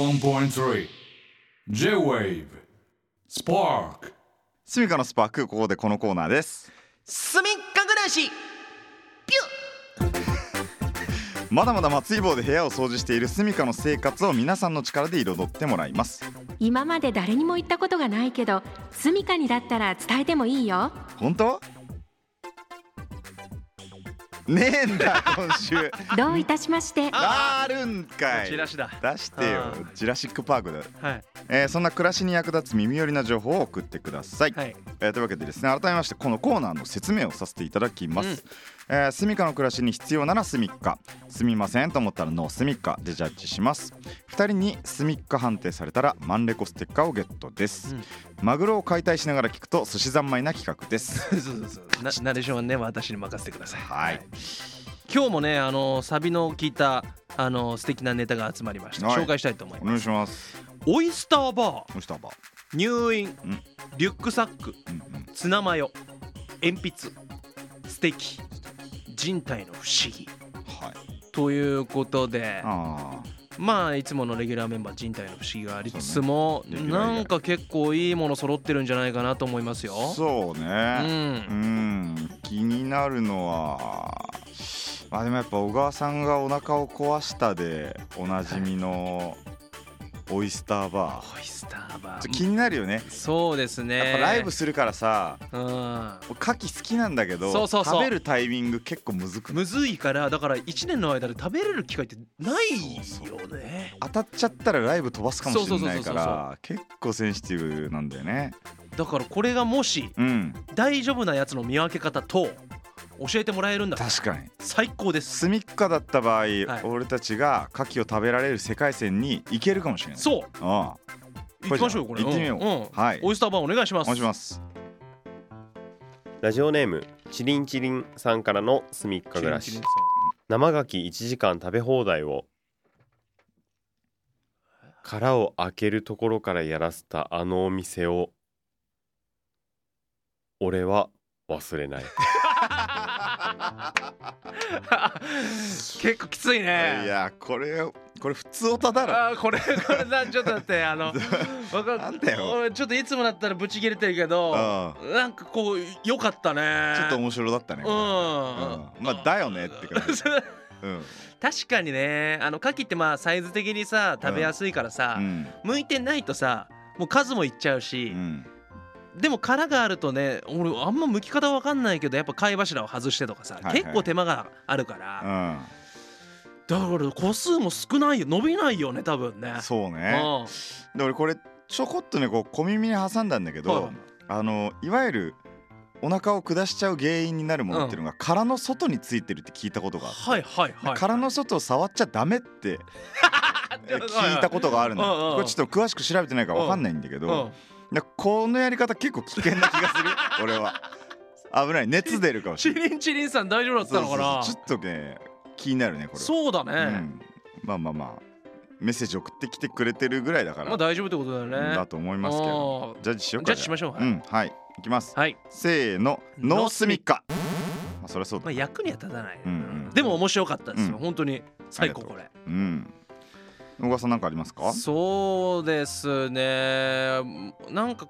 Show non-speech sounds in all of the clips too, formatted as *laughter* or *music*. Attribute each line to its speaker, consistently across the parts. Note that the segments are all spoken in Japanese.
Speaker 1: 81.3 J-Wave Spark
Speaker 2: スミカのスパークここでこのコーナーです
Speaker 3: すみっか暮らし
Speaker 2: まだまだ松井棒で部屋を掃除しているスミカの生活を皆さんの力で彩ってもらいます
Speaker 4: 今まで誰にも言ったことがないけど住みかにだったら伝えてもいいよ
Speaker 2: 本当ねえん
Speaker 3: *laughs*
Speaker 2: だ今週
Speaker 4: どういたしまして
Speaker 2: あるんかい
Speaker 3: チラシだ
Speaker 2: 出してよ
Speaker 3: あー
Speaker 2: ジュラシックパークだ、
Speaker 3: はい
Speaker 2: えーそんな暮らしに役立つ耳寄りな情報を送ってください、 *laughs*
Speaker 3: はい
Speaker 2: えーというわけでですね改めましてこのコーナーの説明をさせていただきます、えー、スミカの暮らしに必要ならスミッカすみませんと思ったらノースミッカでジャッジします2人にスミッカ判定されたらマンレコステッカーをゲットです、
Speaker 3: うん
Speaker 2: マグロを解体しながら聞くと寿司三昧な企画です *laughs*
Speaker 3: そうそうそうなナレーションはね私に任せてください
Speaker 2: はい
Speaker 3: 今日もねあのサビの聞いたあの素敵なネタが集まりました
Speaker 2: はい
Speaker 3: 紹介したいと思い
Speaker 2: お
Speaker 3: ま
Speaker 2: 願い
Speaker 3: す
Speaker 2: します
Speaker 3: オイスターバー
Speaker 2: どうしたば、
Speaker 3: 入院
Speaker 2: ん
Speaker 3: リュックサック
Speaker 2: うんうん、
Speaker 3: ツナマヨ鉛筆ステーキ人体の不思議
Speaker 2: はい
Speaker 3: ということで
Speaker 2: あ
Speaker 3: まあいつものレギュラーメンバー人体の不思議がありつつも、
Speaker 2: そうねレギュラー以外
Speaker 3: なんか結構いいもの揃ってるんじゃないかなと思いますよ。
Speaker 2: あそう
Speaker 3: う、
Speaker 2: ねうんん気になるのはまあでもやっぱ小川さんがお腹を壊したでおなじみのオイスターバ
Speaker 3: オイスター
Speaker 2: ー
Speaker 3: バ
Speaker 2: ち
Speaker 3: ー
Speaker 2: ょ気になるよね
Speaker 3: そうですね
Speaker 2: やっぱライブするからさ
Speaker 3: うん
Speaker 2: 牡蠣好きなんだけど
Speaker 3: そうそうそう
Speaker 2: 食べるタイミング結構むずくない
Speaker 3: むずいからだから1年の間で食べれる機会ってないよね
Speaker 2: そう当たっちゃったらライブ飛ばすかもしれないか
Speaker 3: そ
Speaker 2: ら結構センシティブなんだよね
Speaker 3: だからこれがもし
Speaker 2: うん
Speaker 3: 大丈夫なやつの見分け方と教えてもらえるんだったら
Speaker 2: 確かに
Speaker 3: 最高です
Speaker 2: すみっかだった場合、
Speaker 3: い
Speaker 2: 俺たちが牡蠣を食べられる世界線に行けるかもしれない
Speaker 3: そう
Speaker 2: ああ
Speaker 3: 行きましょうよこれ
Speaker 2: 行ってみようん
Speaker 3: ん
Speaker 2: はい
Speaker 3: オイスターバーお願いしま
Speaker 2: お
Speaker 3: す
Speaker 2: 願いします
Speaker 5: ラジオネームチリンチリンさんからのすみっか暮ら
Speaker 3: キリ
Speaker 5: し
Speaker 3: ンキリン
Speaker 5: 生牡蠣1時間食べ放題を殻を開けるところからやらせたあのお店を俺は忘れない
Speaker 3: さん結構きついね
Speaker 2: いやこれこれ普通オタだろ
Speaker 3: あーこれこれなちょっと待って
Speaker 2: *laughs*
Speaker 3: あのわか
Speaker 2: なんだよ
Speaker 3: 俺ちょっといつもだったらブチ切れてるけど
Speaker 2: う
Speaker 3: なんかこう良かったね
Speaker 2: ちょっと面白だったね、
Speaker 3: うん、
Speaker 2: うんまあだよねって感じうん
Speaker 3: *laughs* 確かにねあの牡蠣ってまあサイズ的にさ食べやすいからさ、
Speaker 2: うん
Speaker 3: 向いてないとさもう数もいっちゃうし
Speaker 2: う、ん
Speaker 3: でも殻があるとね俺あんま剥き方わかんないけどやっぱ貝柱を外してとかさ、
Speaker 2: いはい
Speaker 3: 結構手間があるから、
Speaker 2: う
Speaker 3: だから個数も少ないよ伸びないよね多分ね
Speaker 2: んそう
Speaker 3: う
Speaker 2: ね
Speaker 3: ん
Speaker 2: で俺これちょこっとねこう小耳に挟んだんだけど、
Speaker 3: はい
Speaker 2: あのいわゆるお腹を下しちゃう原因になるものっていうのが殻の外についてるって聞いたことがあって、
Speaker 3: はいはいはい
Speaker 2: 殻の外を触っちゃダメ
Speaker 3: *laughs*
Speaker 2: ってえ聞いたことがあるの
Speaker 3: うんうん
Speaker 2: よこれちょっと詳しく調べてないからわかんないんだけど、
Speaker 3: うん
Speaker 2: でこのやり方結構危険な気が
Speaker 3: *laughs*
Speaker 2: する俺は危ない熱出るかもし
Speaker 3: チ
Speaker 2: れない
Speaker 3: リンチリンさん大丈夫だったのかな
Speaker 2: そうそうそうちょっとね気になるねこれは
Speaker 3: そうだ
Speaker 2: う
Speaker 3: ね、
Speaker 2: ん、まあまあまあメッセージ送ってきてくれてるぐらいだから、
Speaker 3: まあ大丈夫ってことだよね
Speaker 2: だと思いますけど
Speaker 3: あー
Speaker 2: ジャッジしよう
Speaker 3: ジャ
Speaker 2: か
Speaker 3: ッジしましょうはい
Speaker 2: うんはいいきます
Speaker 3: はい
Speaker 2: せーのノースミッカまあそりゃそうだ
Speaker 3: まあ役には立たない、
Speaker 2: うんうん
Speaker 3: でも面白かったですよ、
Speaker 2: うん
Speaker 3: 本当に最高これ
Speaker 2: うん小川さんなんかありますか
Speaker 3: そうですねなんか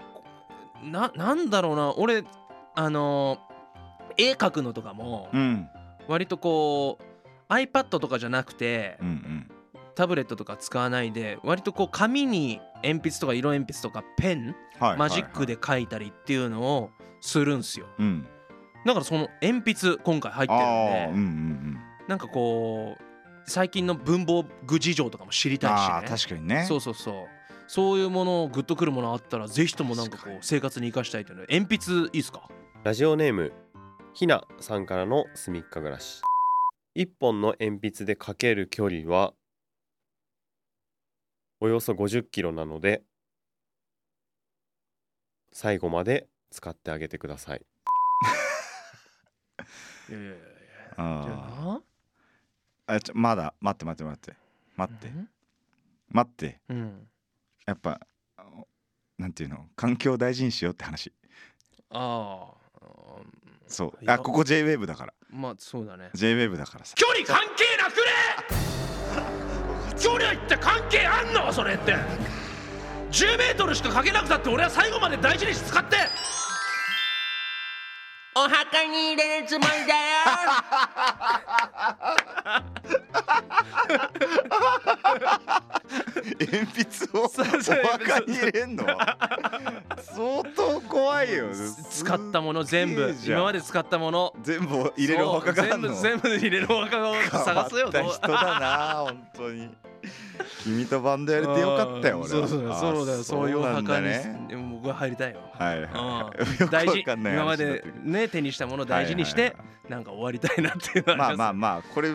Speaker 3: ななんだろうな俺あの絵描くのとかも
Speaker 2: うん
Speaker 3: 割とこう iPad とかじゃなくて
Speaker 2: うんうん
Speaker 3: タブレットとか使わないで割とこう紙に鉛筆とか色鉛筆とかペン
Speaker 2: はい
Speaker 3: マジック
Speaker 2: で
Speaker 3: で描いたりっていうのをするんすよ
Speaker 2: うん
Speaker 3: だからその鉛筆今回入って
Speaker 2: ああ
Speaker 3: る
Speaker 2: うんう
Speaker 3: んで
Speaker 2: んうん
Speaker 3: なんかこう最近の文房具事情とかも知りたいしね
Speaker 2: ああ確かにね
Speaker 3: そうそうそうそういうものをグッとくるものあったらぜひともなんかこ
Speaker 2: 確
Speaker 3: う
Speaker 2: か
Speaker 3: 生活に生かしたいというので鉛筆いいですか
Speaker 5: ラジオネームひなさんからのすみっか暮らし1本の鉛筆でかける距離はおよそ50キロなので最後まで使ってあげてください
Speaker 3: いやいやいやいや
Speaker 2: あーあちょまだ待って待って待って待って待って
Speaker 3: うん
Speaker 2: やっぱあのなんていうの環境を大事にしようって話
Speaker 3: ああ
Speaker 2: そう
Speaker 3: いや
Speaker 2: あここ JWAVE だから
Speaker 3: まあそうだね
Speaker 2: JWAVE だからさ
Speaker 3: 距離関係なくね距離って関係あんのそれって10メートルしかかけなくたって俺は最後まで大事に使ってお墓に入れるつもりだ
Speaker 2: 鉛筆をお墓に入れんの相当怖いよね
Speaker 3: よ使ったもの全部今ま
Speaker 2: で
Speaker 3: で使ったもの
Speaker 2: 全部入れるお墓があんの
Speaker 3: そう全部全部入れるお墓を探すよ
Speaker 2: 変わった人だな本当に君とバンドやれてよかったよ俺は
Speaker 3: そうそう
Speaker 2: あ
Speaker 3: そうだよそういうお
Speaker 2: なんだ
Speaker 3: 墓に、
Speaker 2: ね
Speaker 3: でも僕は入りたいよ
Speaker 2: はいは
Speaker 3: うん
Speaker 2: い *laughs* よく
Speaker 3: 大事
Speaker 2: わかんない
Speaker 3: 今ま
Speaker 2: 話になっ
Speaker 3: で
Speaker 2: てる
Speaker 3: ね手にしたものを大事にし
Speaker 2: は
Speaker 3: て
Speaker 2: いはいはい
Speaker 3: なんか終わりたいなっていうのは
Speaker 2: まあ
Speaker 3: り
Speaker 2: まあ
Speaker 3: す
Speaker 2: まあこれう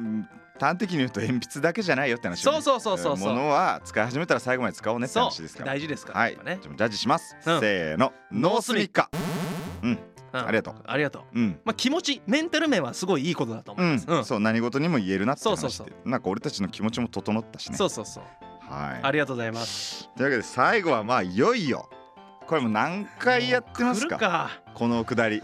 Speaker 2: ん端的に言うと鉛筆だけじゃないよって話よね
Speaker 3: そうそうそうそうそう
Speaker 2: ものは使い始めたら最後まで使おうねって
Speaker 3: そ
Speaker 2: 話ですか
Speaker 3: う
Speaker 2: ら
Speaker 3: 大事ですから
Speaker 2: は
Speaker 3: や
Speaker 2: い
Speaker 3: っぱ
Speaker 2: じゃあ
Speaker 3: ね
Speaker 2: ジャッジします
Speaker 3: うん
Speaker 2: せーのノースミッカ
Speaker 3: うん
Speaker 2: ありがとう
Speaker 3: ありがとう
Speaker 2: うん
Speaker 3: まあ気持ちメンタル面はすごいいいことだと思
Speaker 2: う
Speaker 3: いま
Speaker 2: ん
Speaker 3: すうんそ
Speaker 2: そう何事にも言えるなって話
Speaker 3: そうそう
Speaker 2: でなんか俺たちの気持ちも整ったしね
Speaker 3: うそうそう
Speaker 2: はい
Speaker 3: ありがとうございます
Speaker 2: というわけで最後はまあいよいよこれもう何回やってます
Speaker 3: 来る
Speaker 2: か
Speaker 3: か
Speaker 2: このくだり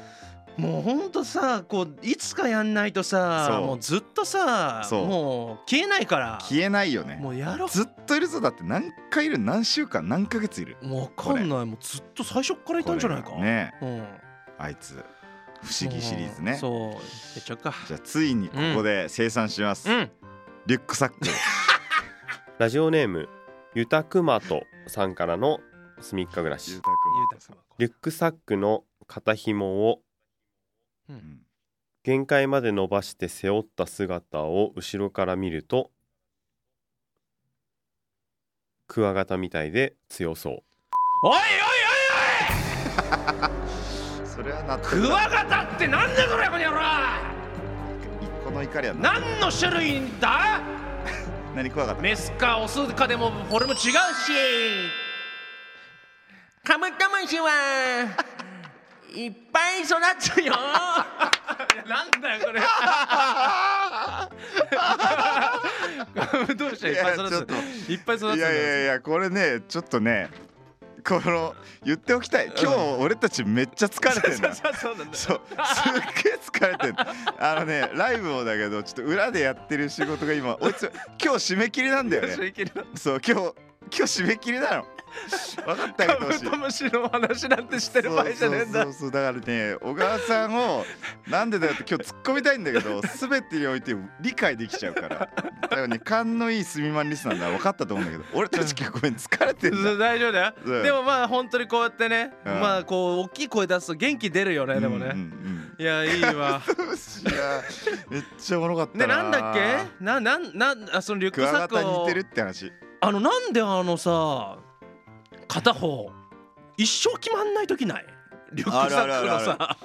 Speaker 3: もうほんとさこういつかやんないとさ
Speaker 2: そう
Speaker 3: もうずっとさ
Speaker 2: そう
Speaker 3: もう消えないから
Speaker 2: 消えないよね
Speaker 3: もうやろう
Speaker 2: ずっといるぞだって何回いる何週間何ヶ月いる
Speaker 3: もうわかんないもうずっと最初っからいたんじゃないか
Speaker 2: これがね
Speaker 3: うん
Speaker 2: あいつ不思議シリーズね
Speaker 3: そうやっちゃうか
Speaker 2: じゃあついにここで生産します、
Speaker 3: うん
Speaker 2: リュックサック
Speaker 5: ラジオネームゆたくまとさんからのすみっか暮らしリュックサックの肩紐を
Speaker 2: うん
Speaker 5: 限界まで伸ばして背負った姿を後ろから見るとクワガタみたいで強そう
Speaker 3: おいおいおい
Speaker 2: それは納
Speaker 3: ク
Speaker 2: 得だ
Speaker 3: ワガタってなんだこれこの野郎
Speaker 2: 一個の怒りはな
Speaker 3: 何の種類だ
Speaker 2: 何怖かった
Speaker 3: メスかオスかでもフォルム違うしカムカムシはいっぱい育つよ *laughs* いやなんだよこ *laughs* れどうしたいっぱい
Speaker 2: いやちょ
Speaker 3: 育
Speaker 2: っと
Speaker 3: ついっぱい育つ
Speaker 2: いやいやいやこれねちょっとねこの言っておきたい今日俺たちめっちゃ疲れてるんだ
Speaker 3: そう *laughs* そうそうなんだよ
Speaker 2: そうすっげえ疲れてるあのねライブもだけどちょっと裏でやってる仕事が今おいつ今日締め切りなんだよね
Speaker 3: いける
Speaker 2: そう今日今日締め切りなの分かってあ
Speaker 3: カ
Speaker 2: げてほ
Speaker 3: ブ
Speaker 2: しい
Speaker 3: トムシの話なんてしてる場合じゃねえんだ
Speaker 2: そうそうそうそうだからね小川さんをなんでだよって今日突っ込みたいんだけど全てにおいて理解できちゃうからだからね勘のいいすみまんリスナーなら分かったと思うんだけど俺たち結構ごめん疲れてるんだ
Speaker 3: そう大丈夫だよ、
Speaker 2: うん
Speaker 3: でもまあ本当にこうやってね、
Speaker 2: うん
Speaker 3: まあこう大きい声出すと元気出るよねでもね、
Speaker 2: うんうん
Speaker 3: いやい
Speaker 2: *laughs*
Speaker 3: いわ
Speaker 2: うんどうしようめっちゃおもろかった
Speaker 3: で
Speaker 2: な
Speaker 3: なんだっけななんなんあそのリュッ
Speaker 2: ク
Speaker 3: ク
Speaker 2: ワ
Speaker 3: サッ
Speaker 2: ガ
Speaker 3: ク
Speaker 2: タに
Speaker 3: を
Speaker 2: 似てるって話
Speaker 3: あのなんであのさ片方一生決まんない時ないリュックサッ
Speaker 2: あ
Speaker 3: クの
Speaker 2: るあるあ
Speaker 3: さ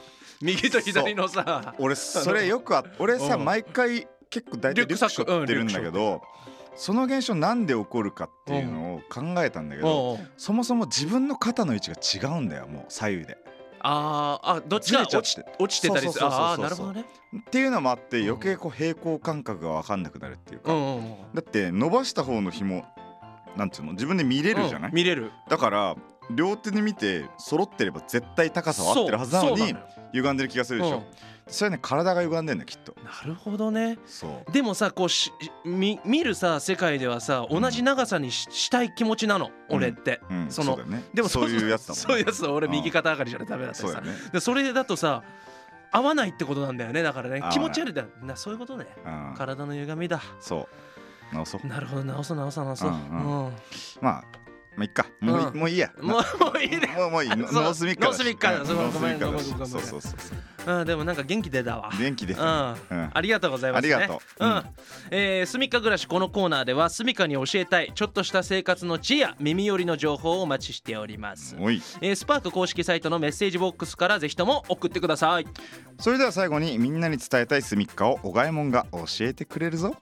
Speaker 3: 右と左のさ
Speaker 2: 俺それよくあ俺さ
Speaker 3: うん
Speaker 2: 毎回結構大体
Speaker 3: リュッ
Speaker 2: リュ
Speaker 3: ク
Speaker 2: ッ
Speaker 3: サ
Speaker 2: クシ
Speaker 3: ッ
Speaker 2: ョ
Speaker 3: ク
Speaker 2: ーってるんだけ
Speaker 3: う
Speaker 2: どその現象なんで起こるかっていうのを考えたんだけど
Speaker 3: おうおう
Speaker 2: そもそも自分の肩の位置が違うんだよもう左右で
Speaker 3: あーあどっち
Speaker 2: ず
Speaker 3: か
Speaker 2: れちゃっ
Speaker 3: 落ち
Speaker 2: て
Speaker 3: 落ちてたりする
Speaker 2: そうそうそうそう
Speaker 3: ああなるほどね
Speaker 2: っていうのもあって
Speaker 3: うん
Speaker 2: 余計こう平行感覚が分かんなくなるっていう
Speaker 3: う
Speaker 2: か、
Speaker 3: んうんうん
Speaker 2: だって伸ばした方の紐なんていうの自分で見れるじゃない、
Speaker 3: うん見れる
Speaker 2: だから両手で見て揃ってれば絶対高さは合ってるはずなの
Speaker 3: そう
Speaker 2: に
Speaker 3: そう
Speaker 2: 歪んでる気がするで
Speaker 3: の
Speaker 2: し
Speaker 3: よ
Speaker 2: ょ、それはね体が歪んでんだよきっと
Speaker 3: うんなるほどね
Speaker 2: そう
Speaker 3: でもさこうしみ見るさ世界ではさ同じ長さにししたい気持ちなの俺って、
Speaker 2: うん、そ
Speaker 3: その
Speaker 2: うだよね
Speaker 3: でも
Speaker 2: そういうやつだもんね
Speaker 3: そういうやつだ俺
Speaker 2: うん
Speaker 3: 右肩上がりじゃダメだった
Speaker 2: そ
Speaker 3: り
Speaker 2: う
Speaker 3: さ
Speaker 2: だね
Speaker 3: でそれだとさ合わないってことなんだよねだから
Speaker 2: 合
Speaker 3: ね
Speaker 2: わない
Speaker 3: 気持ち悪いだなそういうことね
Speaker 2: うん
Speaker 3: 体の歪みだ
Speaker 2: そう直そう
Speaker 3: なるほど直そう直そう直そう、う
Speaker 2: うんんまあまあいっかもうい、
Speaker 3: うん
Speaker 2: もういいや
Speaker 3: もうもういいね
Speaker 2: もうもういいノ
Speaker 3: *laughs* そう
Speaker 2: ノースミッカ
Speaker 3: ノースミッカーだ
Speaker 2: うん
Speaker 3: そう
Speaker 2: ノースミッカー
Speaker 3: ごめんごめん
Speaker 2: だし
Speaker 3: ごめんご
Speaker 2: そう
Speaker 3: めん
Speaker 2: そうそうそう
Speaker 3: うんでもなんか元気出たわ
Speaker 2: 元気で
Speaker 3: う
Speaker 2: う
Speaker 3: ん
Speaker 2: ん
Speaker 3: ありがとうございます、ね。
Speaker 2: ありがとう
Speaker 3: う
Speaker 2: うん
Speaker 3: ん。えー、スミカ暮らしこのコーナーではスミカに教えたいちょっとした生活の知恵や耳寄りの情報をお待ちしております。
Speaker 2: おい
Speaker 3: えー、スパーク公式サイトのメッセージボックスからぜひとも送ってください。
Speaker 2: それでは最後にみんなに伝えたいスミッカをおがえもんが教えてくれるぞ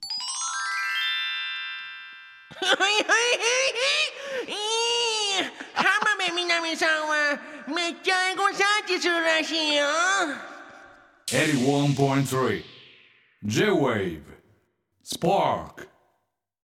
Speaker 6: 浜辺美波さんはめっちゃエゴサーチするらしいよ
Speaker 1: 81.3 J-Wave Spark